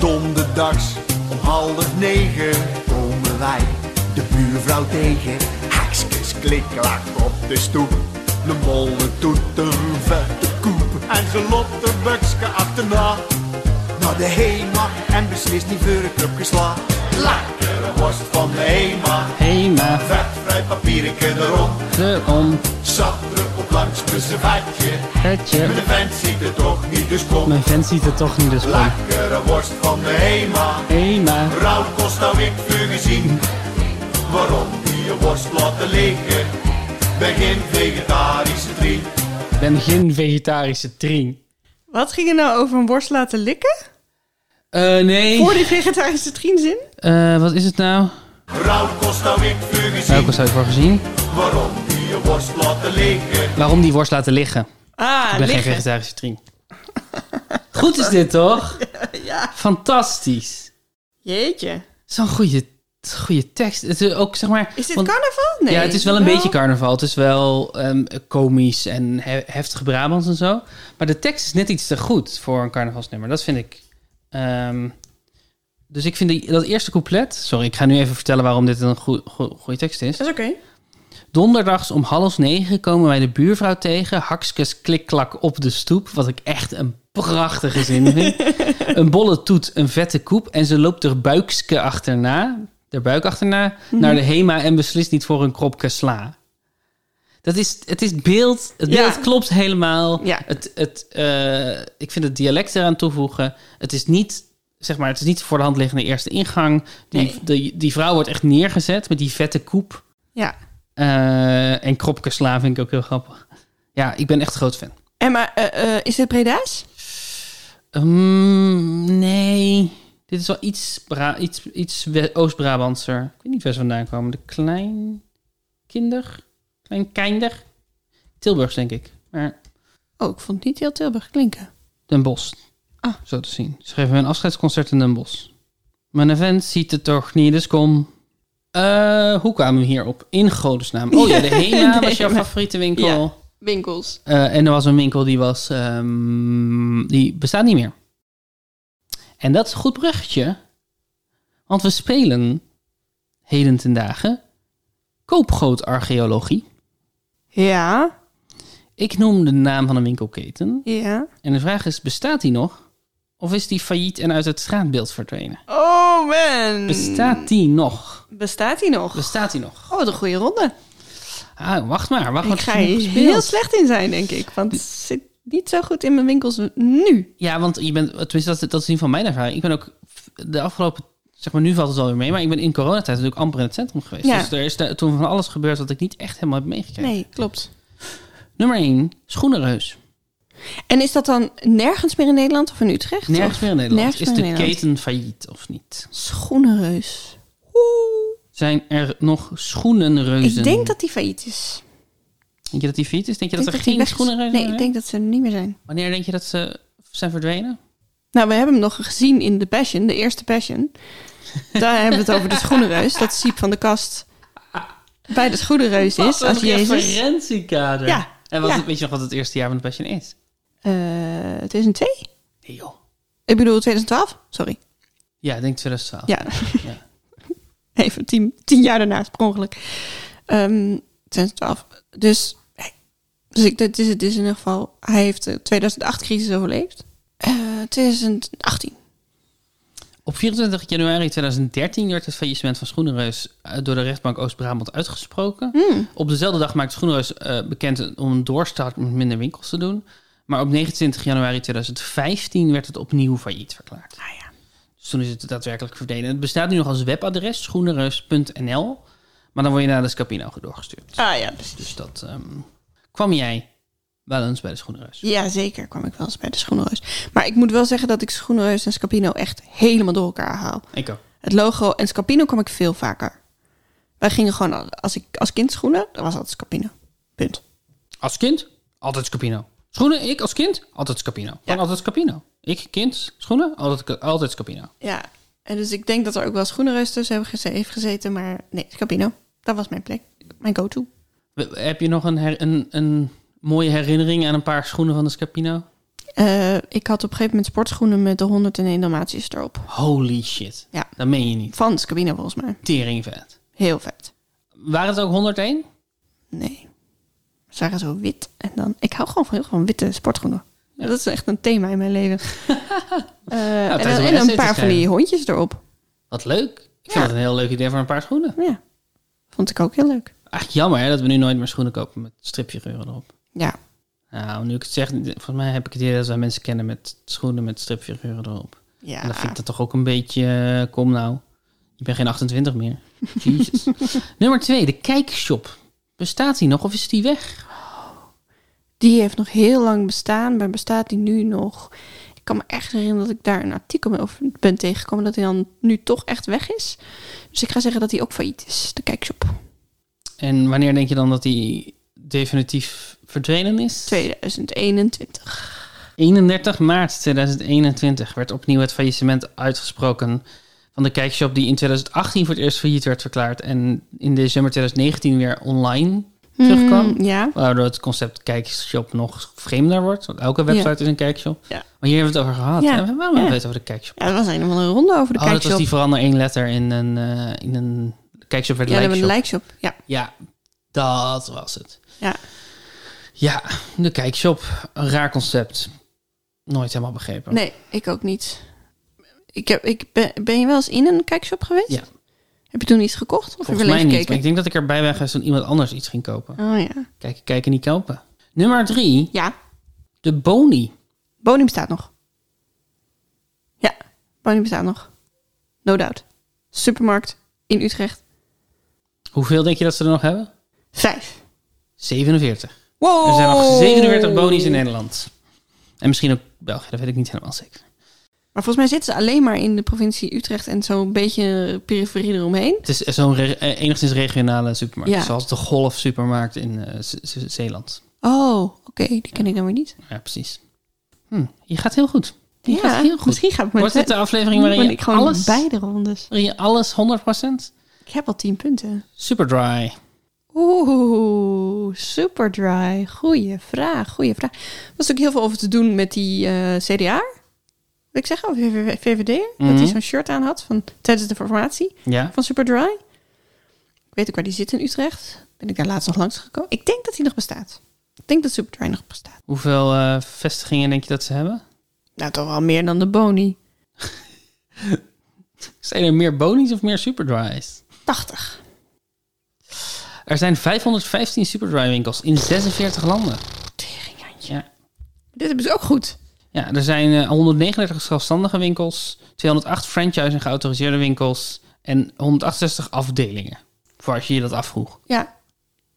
C: Donderdags om half negen komen wij de buurvrouw tegen. Hakskes klikklak op de stoep. De molle doet een vette koep. En ze loopt de bukske achterna. Naar de Hema en beslist niet voor een clubje sla. Lekkere worst van de Hema.
B: Hema,
C: Vetvrij papiertje erom.
B: erom,
C: Zat op langs mijn servetje. Mijn
B: vetje.
C: vent ziet het toch niet, dus kom.
B: Mijn vent ziet het toch niet, dus kom.
C: Lekkere worst van de Hema.
B: Hema,
C: Rauwkost nou ik vuur gezien. Waarom die je worst laten liggen? Begin vegetarische drie.
B: ik ben geen vegetarische tring.
A: Wat ging er nou over een worst laten likken?
B: Eh, nee.
A: Voor die vegetarische trienzin?
B: Eh, wat is het nou?
C: Rauwkost nou ik vuur gezien.
B: Welke zou je voor gezien?
C: Waarom die je worst laten liggen?
B: Waarom die worst laten liggen? Ik
A: Ah,
B: ben geen
A: liggen.
B: vegetarische tring. Goed is dit, toch?
A: Ja.
B: Fantastisch.
A: Jeetje.
B: Zo'n goede, goede tekst. Het is ook, zeg maar...
A: Is dit
B: want-
A: carnaval? Nee.
B: ja, het is wel een beetje carnaval. Het is wel ehm, komisch en he- heftig Brabants en zo. Maar de tekst is net iets te goed voor een carnavalsnummer. Dat vind ik. Ehm, dus ik vind die- dat eerste couplet... Sorry, ik ga nu even vertellen waarom dit een goe- goe- goede tekst is.
A: Dat is oké.
B: De Donderdags om half negen komen wij de buurvrouw tegen. Hakskes klikklak op de stoep. Wat ik echt een prachtige zin vind. een bolle toet, een vette koep. En ze loopt er buikske achterna. De buik achterna.
A: Mhm.
B: Naar de Hema en beslist niet voor een kropke sla. Dat is, het is beeld. Het
A: Ja.
B: beeld klopt helemaal.
A: Ja.
B: Het, het, eh, ik vind het dialect eraan toevoegen. Het is niet, zeg maar, het is niet voor de hand liggende eerste ingang. Die,
A: Nee.
B: die, die vrouw wordt echt neergezet met die vette koep.
A: Ja.
B: Eh, en kropke sla vind ik ook heel grappig. Ja, ik ben echt een groot fan.
A: En maar eh, eh, is dit Breda's?
B: Mm, nee, dit is wel iets, Bra iets, iets we- Oost-Brabantser. Ik weet niet waar ze vandaan komen. De kleinkinder? Kleinkinder? Tilburgs, denk ik. Maar
A: Oh, ik vond het niet heel Tilburg klinken.
B: Den Bosch.
A: Ah.
B: Zo te zien. Ze geven een afscheidsconcert in Den Bosch. Mijn vent ziet het toch niet, dus kom. Eh, hoe kwamen we hierop? In godesnaam. Oh ja, de Hema was jouw
A: Hema.
B: favoriete winkel.
A: Ja. Winkels.
B: Eh, en er was een winkel die was. ehm, die bestaat niet meer. En dat is een goed bruggetje. Want we spelen heden ten dagen koopgrootarcheologie.
A: Ja.
B: Ik noem de naam van een winkelketen.
A: Ja.
B: En de vraag is: bestaat die nog? Of is die failliet en uit het straatbeeld verdwenen?
A: Oh man.
B: Bestaat die nog?
A: Bestaat hij nog?
B: Bestaat die nog?
A: Oh, wat een goede ronde.
B: Ah, wacht maar. Wacht,
A: ik
B: wat
A: ga
B: is er nog
A: hier
B: gespeeld?
A: heel slecht in zijn, denk ik. Want het zit niet zo goed in mijn winkels nu.
B: Ja, want je bent, tenminste, dat, dat is in ieder geval mijn ervaring. Ik ben ook de afgelopen, zeg maar, nu valt het alweer mee, maar ik ben in coronatijd natuurlijk amper in het centrum geweest.
A: Ja.
B: Dus er is daar toen van alles gebeurd wat ik niet echt helemaal heb meegekregen.
A: Nee, klopt.
B: Nummer 1, schoenenreus.
A: En is dat dan nergens meer in Nederland of in Utrecht?
B: Nergens
A: Of-
B: meer in Nederland.
A: nergens
B: Is de
A: meer in Nederland.
B: keten failliet of niet?
A: Schoenenreus. Oeh.
B: Zijn er nog schoenenreuzen?
A: Ik denk dat die failliet is.
B: Denk je dat die failliet is? Denk je
A: Ik
B: dat er
A: die
B: geen
A: weg is.
B: schoenenreuzen
A: Nee,
B: meer
A: ik
B: zijn?
A: denk dat ze er niet meer zijn.
B: Wanneer denk je dat ze zijn verdwenen?
A: Nou, we hebben hem nog gezien in The Passion, de eerste Passion. Daar hebben we het over de schoenenreus. Dat Siep van de kast bij de schoenenreus is als Jezus.
B: referentiekader.
A: Ja,
B: En wat,
A: ja.
B: weet je nog wat het eerste jaar van de Passion is?
A: Eh, 2002?
B: Nee joh.
A: Ik bedoel 2012? Sorry.
B: Ja, ik denk 2012.
A: Ja.
B: Ja.
A: Even tien, tien jaar daarnaast, per ongeluk. Ehm 2012. Dus, dus ik, dit is, het is in ieder geval... Hij heeft eh, de 2008-crisis overleefd. Eh, 2018.
B: Op 24 januari 2013 werd het faillissement van Schoenenreus eh, door de rechtbank Oost-Brabant uitgesproken.
A: Hmm.
B: Op dezelfde dag maakte Schoenenreus eh, bekend om een doorstart met minder winkels te doen. Maar op 29 januari 2015 werd het opnieuw failliet verklaard.
A: Ah ja.
B: Dus toen is het daadwerkelijk verdwenen. Het bestaat nu nog als webadres schoenenreus.nl. Maar dan word je naar de Scapino doorgestuurd.
A: Ah ja, dus...
B: Dus dat ehm, kwam jij wel eens bij de Schoenenreus.
A: Ja, zeker kwam ik wel eens bij de Schoenenreus. Maar ik moet wel zeggen dat ik Schoenenreus en Scapino echt helemaal door elkaar haal.
B: Ik ook.
A: Het logo en Scapino kwam ik veel vaker. Wij gingen gewoon, al- als ik als kind schoenen, dan was altijd Scapino. Punt.
B: Als kind, altijd Scapino. Schoenen, ik als kind, altijd Scapino. Gewoon
A: Ja.
B: altijd Scapino. Ik, kind, schoenen, altijd, altijd Scapino.
A: Ja, en dus ik denk dat er ook wel schoenenreus tussen hebben geze- heeft gezeten. Maar nee, Scapino, dat was mijn plek. Mijn go-to.
B: We- Heb je nog een, her- een, een mooie herinnering aan een paar schoenen van de Scapino?
A: Eh, ik had op een gegeven moment sportschoenen met de 101 Dalmatiërs erop.
B: Holy shit.
A: Ja.
B: Dat meen je niet.
A: Van Scapino volgens mij.
B: Tering vet.
A: Heel vet.
B: Waren het ook 101?
A: Nee. Ze waren zo wit. En dan, ik hou gewoon van heel gewoon witte sportschoenen. Dat is echt een thema in mijn leven. Eh, en,
B: is
A: dan-
B: om een
A: en
B: essay
A: een
B: te
A: paar van die
B: schrijven.
A: hondjes erop.
B: Wat leuk. Ik vind dat een heel leuk idee voor een paar schoenen.
A: Ja, vond ik ook heel leuk.
B: Echt jammer hè, dat we nu nooit meer schoenen kopen met stripfiguren erop.
A: Ja,
B: Nou, nu ik het zeg, volgens mij heb ik het idee dat wij mensen kennen met schoenen met stripfiguren erop.
A: ja.
B: En dan vind ik dat toch ook een beetje... eh, kom nou, je bent geen 28 meer. Jezus. Nummer 2, de kijkshop. Bestaat die nog of is die weg?
A: Die heeft nog heel lang bestaan, maar bestaat die nu nog? Ik kan me echt herinneren dat ik daar een artikel over ben tegengekomen dat hij dan nu toch echt weg is. Dus ik ga zeggen dat hij ook failliet is, de kijkshop.
B: En wanneer denk je dan dat die definitief verdwenen is?
A: 2021.
B: 31 maart 2021 werd opnieuw het faillissement uitgesproken van de kijkshop die in 2018 voor het eerst failliet werd verklaard en in december 2019 weer online terugkwam.
A: Mm, ja.
B: Waardoor het concept kijkshop nog vreemder wordt. Want elke website is een kijkshop.
A: Ja.
B: Maar hier hebben we het over gehad.
A: Ja.
B: En Waarom hebben
A: Ja.
B: we het over de kijkshop?
A: ja, dat was een of andere ronde over de
B: oh, dat
A: kijkshop.
B: was die verander één letter in een, eh in een de kijkshop werd
A: ja,
B: ja,
A: dat was een lijkshop. Ja,
B: ja, Dat was het.
A: Ja.
B: Ja, de kijkshop. Een raar concept. Nooit helemaal begrepen.
A: Nee, ik ook niet. Ik heb, ik ben, ben je wel eens in een kijkshop geweest?
B: Ja.
A: Heb je toen iets gekocht? Of heb je
B: Volgens mij
A: alleen
B: niet.
A: gekeken?
B: Maar ik denk dat ik erbij ben geweest toen iemand anders iets ging kopen.
A: Oh ja.
B: Kijken, kijken, niet kopen. Nummer drie.
A: Ja,
B: De boni.
A: Boni bestaat nog. Ja, Boni bestaat nog. No doubt. Supermarkt in Utrecht.
B: Hoeveel denk je dat ze er nog hebben?
A: Vijf.
B: 47.
A: Wow.
B: Er zijn
A: Oh.
B: nog 47 bonies in Nederland. En misschien ook België, dat weet ik niet helemaal zeker.
A: Maar volgens mij zitten ze alleen maar in de provincie Utrecht en zo'n beetje periferie eromheen.
B: Het is zo'n re- eh, enigszins regionale supermarkt.
A: Ja.
B: Zoals de Golf supermarkt in eh, Z- Z- Zeeland.
A: Oh, oké, die ken ik dan weer niet.
B: Ja, precies. Hm, je gaat heel goed. Je
A: ja,
B: gaat heel goed.
A: misschien gaat het
B: Wordt dit de aflevering waarin
A: ben
B: je
A: ik gewoon
B: alles,
A: beide rondes.
B: waarin je alles 100%
A: Ik heb al tien punten.
B: super dry.
A: Oeh, super dry. Goeie vraag, goeie vraag. Er was ook heel veel over te doen met die eh, CDA. Wil ik zeggen, of VVD? Dat hij
B: Mhm.
A: zo'n shirt aan had van, tijdens de formatie
B: Ja,
A: van Superdry. Ik weet ook waar die zit in Utrecht. Ben ik daar laatst nog langs gekomen. Ik denk dat hij nog bestaat. Ik denk dat Superdry nog bestaat.
B: hoeveel eh, vestigingen denk je dat ze hebben?
A: Nou, toch wel meer dan de boni.
B: Zijn er meer bonies of meer superdries?
A: 80.
B: Er zijn 515 superdry winkels in 46 landen.
A: Teringhandje.
B: Ja,
A: Dit hebben ze ook goed.
B: ja er zijn eh, 139 zelfstandige winkels, 208 franchise en geautoriseerde winkels en 168 afdelingen. Voor als je je dat afvroeg.
A: Ja.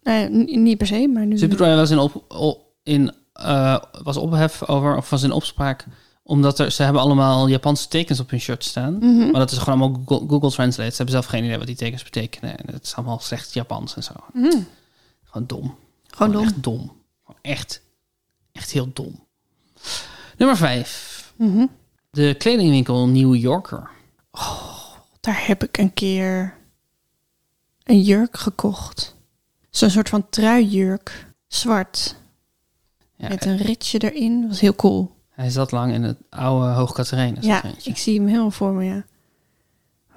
A: Nou ja, n- niet per se, maar nu...
B: Superdry was in, op, o- in, eh, was ophef over, of was in opspraak, omdat er, ze hebben allemaal Japanse tekens op hun shirt staan.
A: Mhm.
B: Maar dat is gewoon allemaal Google, Google Translate. Ze hebben zelf geen idee wat die tekens betekenen. En het is allemaal slecht Japans en zo. Gewoon dom.
A: Mhm. Gewoon dom.
B: Echt dom. Gewoon Echt, echt heel dom. Nummer vijf.
A: Mhm.
B: De kledingwinkel New Yorker.
A: Daar heb ik een keer een jurk gekocht. Zo'n soort van truijurk. Zwart.
B: Ja, eh,
A: met een ritsje erin. Was heel cool.
B: Hij zat lang in het oude Hoog Catharijnen.
A: Ja, ik zie hem helemaal voor me, ja.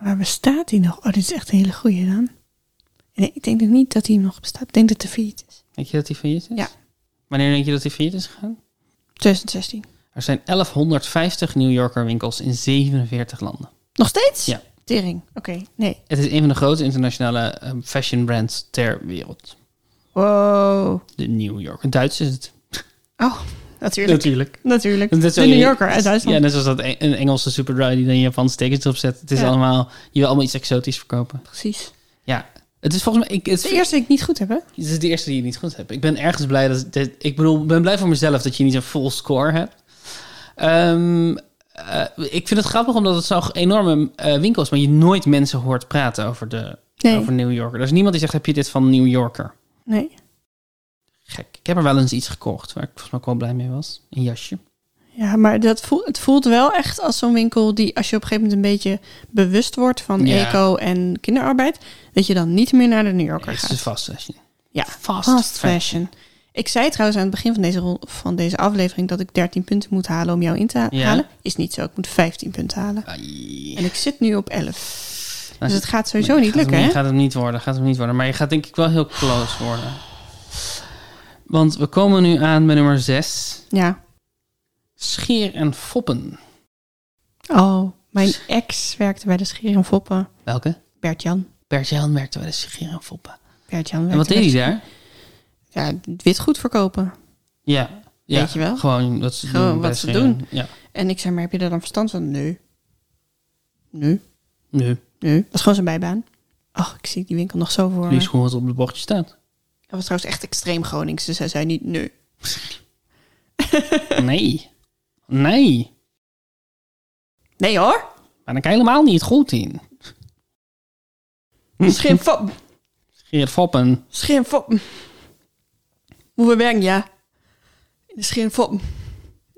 A: Waar bestaat hij nog? Oh, dit is echt een hele goeie dan. Nee, ik denk nog niet dat hij nog bestaat. Ik denk dat het de failliet is.
B: Denk je dat hij failliet is?
A: Ja.
B: Wanneer denk je dat hij failliet is gegaan?
A: 2016.
B: Er zijn 1150 New Yorker winkels in 47 landen.
A: Nog steeds?
B: Ja.
A: Tering. Oké, nee.
B: Het is een van de grootste internationale eh, fashion brands ter wereld.
A: Wow.
B: De New Yorker. Duits is het.
A: Oh, natuurlijk.
B: Natuurlijk.
A: Natuurlijk.
B: Dat is
A: De
B: ook-
A: New Yorker uit Duitsland.
B: Ja, net zoals dat e- een Engelse superdry die dan Japanse tekens erop zet. Het is
A: Ja.
B: allemaal, je wil allemaal iets exotisch verkopen.
A: Precies.
B: Ja, het is volgens mij, ik, het,
A: De eerste die ik niet goed heb, hè?
B: het is de eerste die je niet goed hebt. Ik ben ergens blij dat, dit- ik bedoel, ik ben blij voor mezelf dat je niet een full score hebt. Ehm, eh, ik vind het grappig omdat het zo'n enorme eh, winkel is, maar je nooit mensen hoort praten over, de,
A: Nee.
B: over New Yorker. Er is niemand die zegt, heb je dit van New Yorker?
A: Nee.
B: Gek. Ik heb er wel eens iets gekocht waar ik volgens mij ook wel blij mee was. Een jasje.
A: Ja, maar dat voelt, het voelt wel echt als zo'n winkel die, als je op een gegeven moment een beetje bewust wordt van
B: Ja.
A: eco en kinderarbeid, dat je dan niet meer naar de New Yorker
B: Het
A: gaat.
B: is vast jasje.
A: ja,
B: fast
A: fast
B: fashion.
A: fashion. Ik zei trouwens aan het begin van deze, rol- van deze aflevering dat ik 13 punten moet halen om jou in te ha-
B: Ja.
A: halen. Is niet zo, ik moet 15 punten halen. En ik zit nu op 11. Dus het gaat sowieso niet
B: Nou, gaat
A: lukken,
B: hem,
A: hè?
B: Gaat hem niet worden, gaat hem niet worden. Maar je gaat denk ik wel heel close worden. Want we komen nu aan bij nummer 6.
A: Ja.
B: Scheer en foppen.
A: Oh, mijn ex werkte bij de Schier en Foppen.
B: Welke?
A: Bert-Jan.
B: Bert-Jan werkte bij de scheer en foppen.
A: Bert-Jan
B: En wat
A: werkte
B: deed hij
A: bij
B: daar?
A: de- Ja, wit goed verkopen.
B: Ja. ja.
A: Weet je wel?
B: Gewoon wat ze
A: Gewoon
B: doen. bij
A: wat ze
B: Scheer en-
A: doen.
B: Ja.
A: En ik zei, maar heb je daar dan verstand van? Nee. Nee.
B: Nu,
A: Nee. Dat is gewoon zijn bijbaan. Oh, ik zie die winkel nog zo voor me.
B: Lies gewoon wat op de bochtje staat.
A: Hij was trouwens echt extreem Gronings, dus hij zei niet nee.
B: Nee. Nee.
A: Nee hoor,
B: Maar daar kan je helemaal niet goed in. Hmm.
A: Hm. schimfop,
B: Scheer en foppen.
A: schimfop. Hoe we werken, ja. In de schimfop.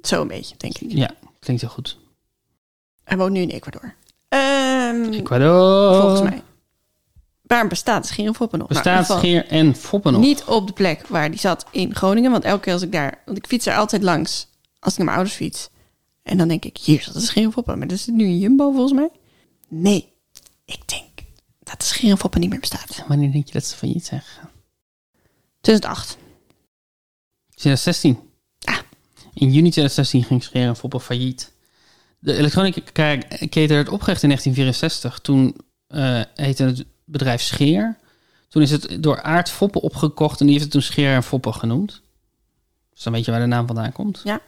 A: Zo een beetje, denk ik.
B: Ja, klinkt heel goed.
A: Hm. Hij woont nu in Ecuador. Ehm,
B: Ecuador.
A: volgens mij. Waar bestaat schimfoppen nog? Nou, in
B: Bestaat
A: ieder geval-
B: scheer en foppen nog?
A: Niet op de plek waar die zat in Groningen. Want elke keer als ik daar... Want ik fiets er altijd langs. Als ik naar mijn ouders fiets. En dan denk ik, hier zat een scherenfoppen. Maar dat is nu een Jumbo volgens mij. Nee, ik denk dat de scherenfoppen niet meer bestaat.
B: Wanneer denk je dat ze failliet zijn gegaan?
A: 2008.
B: 2016.
A: Ah.
B: In juni 2016 ging Scherer en Foppen failliet. De elektronica-keten werd opgericht in 1964. Toen eh, heette het bedrijf Scheer. Toen is het door Aard Foppen opgekocht en die heeft het toen Scheer en Foppen genoemd. Dus dan weet je waar de naam vandaan komt.
A: Ja.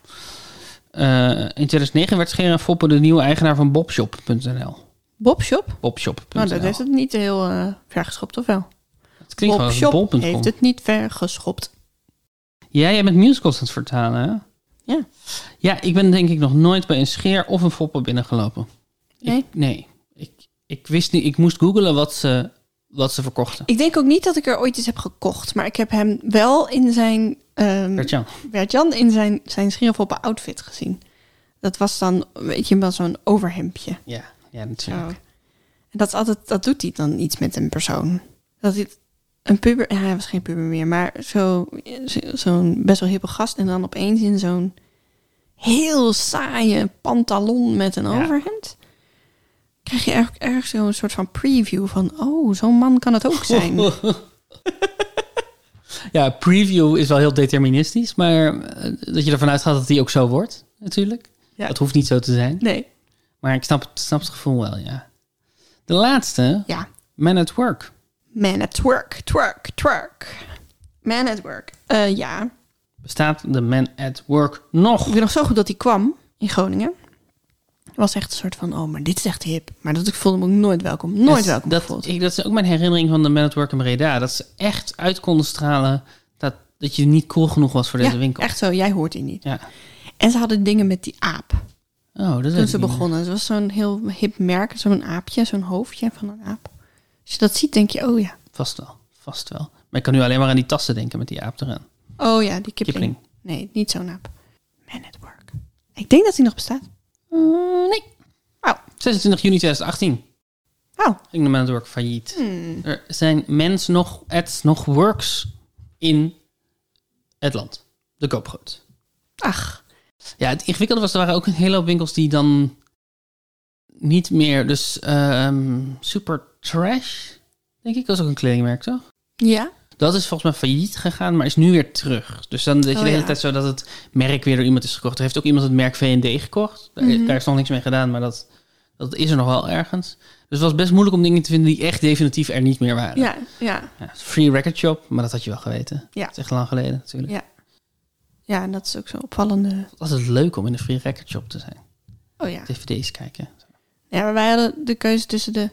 B: Eh, in 2009 werd Scheer en Foppen de nieuwe eigenaar van Bobshop.nl.
A: Bobshop?
B: Bobshop.nl.
A: Nou, dat heeft het niet heel eh, ver geschopt, of wel?
B: Het klinkt gewoon als
A: Bobshop
B: bol.com.
A: heeft het niet ver geschopt.
B: Ja, jij bent musicals aan het vertalen, hè?
A: Ja.
B: Ja, ik ben denk ik nog nooit bij een scheer of een foppen binnengelopen.
A: Nee?
B: Ik, nee. Ik, ik wist niet, ik moest googelen wat ze, wat ze verkochten.
A: Ik denk ook niet dat ik er ooit iets heb gekocht. Maar ik heb hem wel in zijn... ehm,
B: Bert-Jan.
A: Bert-Jan in zijn, zijn schierfoppen outfit gezien. Dat was dan, weet je wel, zo'n overhemdje.
B: Ja, ja,
A: Zo.
B: natuurlijk.
A: En dat, is altijd, dat doet hij dan iets met een persoon. Dat hij een puber, ja, hij was geen puber meer, maar zo- zo'n best wel hippe gast. En dan opeens in zo'n heel saaie pantalon met een
B: Ja.
A: overhemd. Krijg je erg, erg zo'n soort van preview van, oh, zo'n man kan het ook zijn.
B: ja, preview is wel heel deterministisch, maar eh, dat je ervan uitgaat dat die ook zo wordt, natuurlijk.
A: Ja.
B: Dat hoeft niet zo te zijn.
A: Nee,
B: Maar ik snap, het- snap het gevoel wel, ja. De laatste,
A: ja.
B: Man at Work.
A: Man at work, twerk, twerk. Man at work. Eh, ja,
B: Bestaat de Man at Work nog?
A: Ik weet nog zo goed dat hij kwam in Groningen. Het was echt een soort van, oh, maar dit is echt hip. Maar dat ik voelde me ook nooit welkom. Nooit
B: Dus Dat-
A: welkom
B: dat,
A: gevoeld.
B: ik, dat is ook mijn herinnering van de Man at Work in Breda. Dat ze echt uit konden stralen dat, dat je niet cool genoeg was voor deze
A: ja,
B: winkel.
A: echt zo. Jij hoort hier niet.
B: Ja.
A: En ze hadden dingen met die aap
B: Oh, dat weet
A: toen
B: ik
A: ze
B: niet meer.
A: begonnen. Het was zo'n heel hip merk. Zo'n aapje, zo'n hoofdje van een aap. Als je dat ziet, denk je, oh ja.
B: Vast wel, vast wel. Maar ik kan nu alleen maar aan die tassen denken met die aap eraan.
A: Oh ja, die kipling.
B: Kipling.
A: Nee, niet zo'n aap. Man at work. Ik denk dat die nog bestaat.
B: Eh, nee.
A: Oh,
B: 26 juni 2018
A: oh.
B: ging de Man at Work failliet.
A: Hmm.
B: Er zijn mens nog, ads nog works in het land. De koopgoot.
A: Ach,
B: Ja, het ingewikkelde was, er waren ook een hele hoop winkels die dan niet meer, dus ehm, super trash, denk ik, was ook een kledingmerk, toch?
A: ja.
B: Dat is volgens mij failliet gegaan, maar is nu weer terug. Dus dan dat je
A: Oh,
B: de hele
A: ja.
B: tijd zo dat het merk weer door iemand is gekocht. Er heeft ook iemand het merk V&D gekocht. Daar,
A: Mhm.
B: daar is nog niks mee gedaan, maar dat, dat is er nog wel ergens. Dus het was best moeilijk om dingen te vinden die echt definitief er niet meer waren.
A: Ja, ja,
B: Ja, free record shop, maar dat had je wel geweten.
A: Ja.
B: Dat is echt lang geleden natuurlijk.
A: ja. Ja, en dat is ook zo'n opvallende...
B: Het was altijd leuk om in een free record shop te zijn.
A: Oh ja.
B: DVD's kijken.
A: Ja, maar wij hadden de keuze tussen de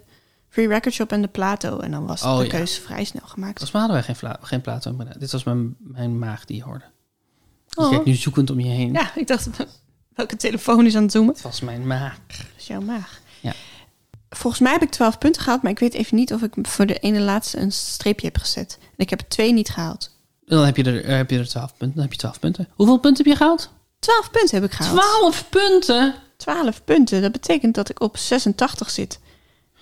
A: Free Record Shop en de Plato. En dan was
B: Oh,
A: de
B: ja.
A: keuze vrij snel gemaakt.
B: Volgens mij hadden wij geen, vla- geen plaat. hoor, maar Dit was mijn, mijn maag die hoorde. Je
A: Oh.
B: kijkt nu zoekend om je heen.
A: Ja, ik dacht, welke telefoon is aan het zoomen?
B: Het was mijn maag.
A: Dat is jouw maag.
B: Ja.
A: Volgens mij heb ik 12 punten gehaald, maar ik weet even niet of ik voor de ene laatste een streepje heb gezet. En ik heb er twee niet gehaald.
B: Dan heb je er, eh, heb je er 12 punten. Dan heb je 12 punten. Hoeveel punten heb je gehaald?
A: 12 punten heb ik gehaald.
B: 12 punten?
A: 12 punten, dat betekent dat ik op 86 zit.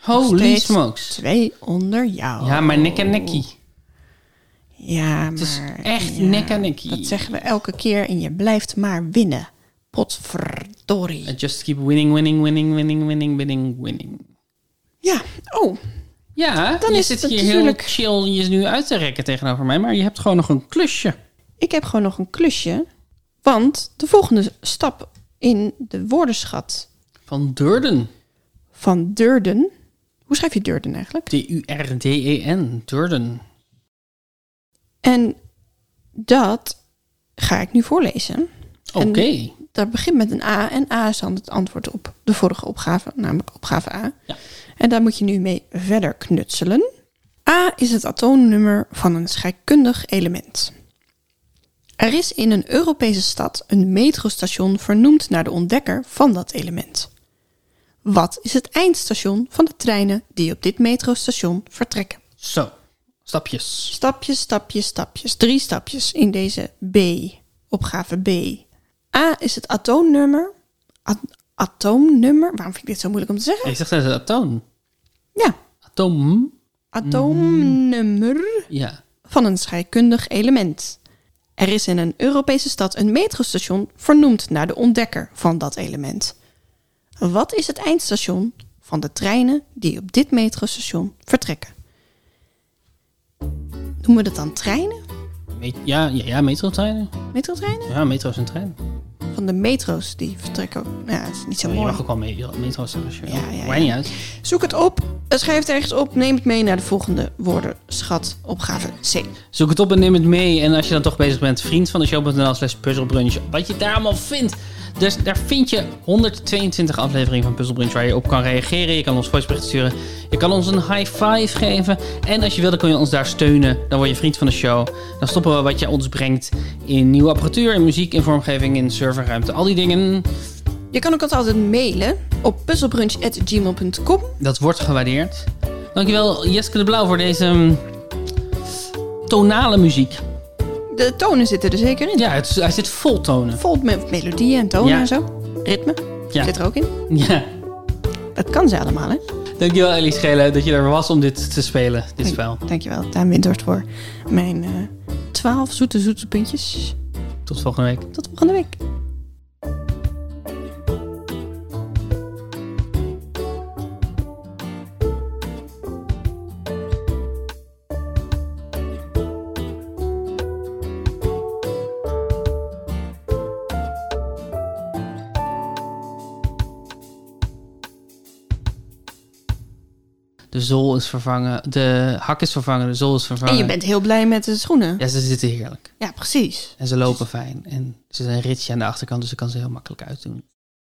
B: Holy
A: Steeds
B: smokes.
A: Twee onder jou.
B: Ja, maar nek en nekkie.
A: Ja, maar...
B: is echt nek aan nekkie.
A: Dat zeggen we elke keer en je blijft maar winnen. Potverdorie.
B: I just keep winning, winning, winning, winning, winning, winning, winning.
A: Ja, oh,
B: Ja,
A: Dan
B: je
A: is
B: zit
A: het
B: hier
A: natuurlijk-
B: heel chill je nu uit te rekken tegenover mij, maar je hebt gewoon nog een klusje.
A: ik heb gewoon nog een klusje. Want de volgende stap in de woordenschat
B: Van Durden.
A: van Durden. Hoe schrijf je Durden eigenlijk?
B: D-U-R-D-E-N. E Durden.
A: En dat ga ik nu voorlezen.
B: Oké.
A: Dat begint met een A en A is dan het antwoord op de vorige opgave, namelijk opgave A.
B: Ja.
A: En daar moet je nu mee verder knutselen. A is het atoomnummer van een scheikundig element. Er is in een Europese stad een metrostation vernoemd naar de ontdekker van dat element. Wat is het eindstation van de treinen die op dit metrostation vertrekken?
B: Zo. Stapjes.
A: Stapjes, stapjes, stapjes. Drie stapjes in deze B, opgave B. A is het atoomnummer. A- atoomnummer? Waarom vind ik dit zo moeilijk om te zeggen?
B: Je zegt dat is een atoom.
A: Ja,
B: Atoom.
A: atoomnummer
B: Ja.
A: van een scheikundig element. Er is in een Europese stad een metrostation vernoemd naar de ontdekker van dat element. Wat is het eindstation van de treinen die op dit metrostation vertrekken? Noemen we dat dan treinen?
B: Met- ja, ja, ja, metrotreinen.
A: Metrotreinen?
B: Ja, metro's en treinen.
A: Van de metro's, die vertrekken. ook- Nou, dat is niet zo
B: je
A: mooi.
B: mag ook wel mee, metro's als je wil.
A: Ja, ja,
B: Maakt niet uit.
A: Zoek het op, schrijf het ergens op, neem het mee naar de volgende woordenschat. Opgave C.
B: Zoek het op en neem het mee. En als je dan toch bezig bent, vriend van de show.nl slash puzzelbrunch. Wat je daar allemaal vindt. Dus daar vind je 122 afleveringen van Puzzlebrunch waar je op kan reageren. Je kan ons voicebericht sturen. Je kan ons een high five geven. En als je wil, dan kun je ons daar steunen. Dan word je vriend van de show. Dan stoppen we wat je ons brengt in nieuwe apparatuur, in muziek, in vormgeving, in serverruimte. Al die dingen.
A: Je kan ook ons altijd mailen op puzzelbrunch.gmail.com.
B: Dat wordt gewaardeerd. Dankjewel Jeske de Blauw voor deze mm, tonale muziek.
A: De tonen zitten er zeker in.
B: Ja, het, is- hij zit vol tonen.
A: Vol met melodieën en tonen
B: Ja.
A: en zo. Ritme
B: Ja.
A: zit er ook in.
B: Ja.
A: Dat kan ze allemaal, hè?
B: Dankjewel Ellie Schelen dat je er was om dit te spelen, dit spel.
A: Dankjewel, Daan Windhorst, voor mijn eh, 12 zoete, zoete puntjes.
B: Tot volgende week.
A: Tot volgende week.
B: De zool is vervangen, de hak is vervangen, de zool is vervangen.
A: En je bent heel blij met de schoenen. Ja,
B: Ja, ze zitten heerlijk.
A: precies.
B: En ze lopen fijn. En ze zijn ritje aan de achterkant, dus ze kan ze heel makkelijk uitdoen.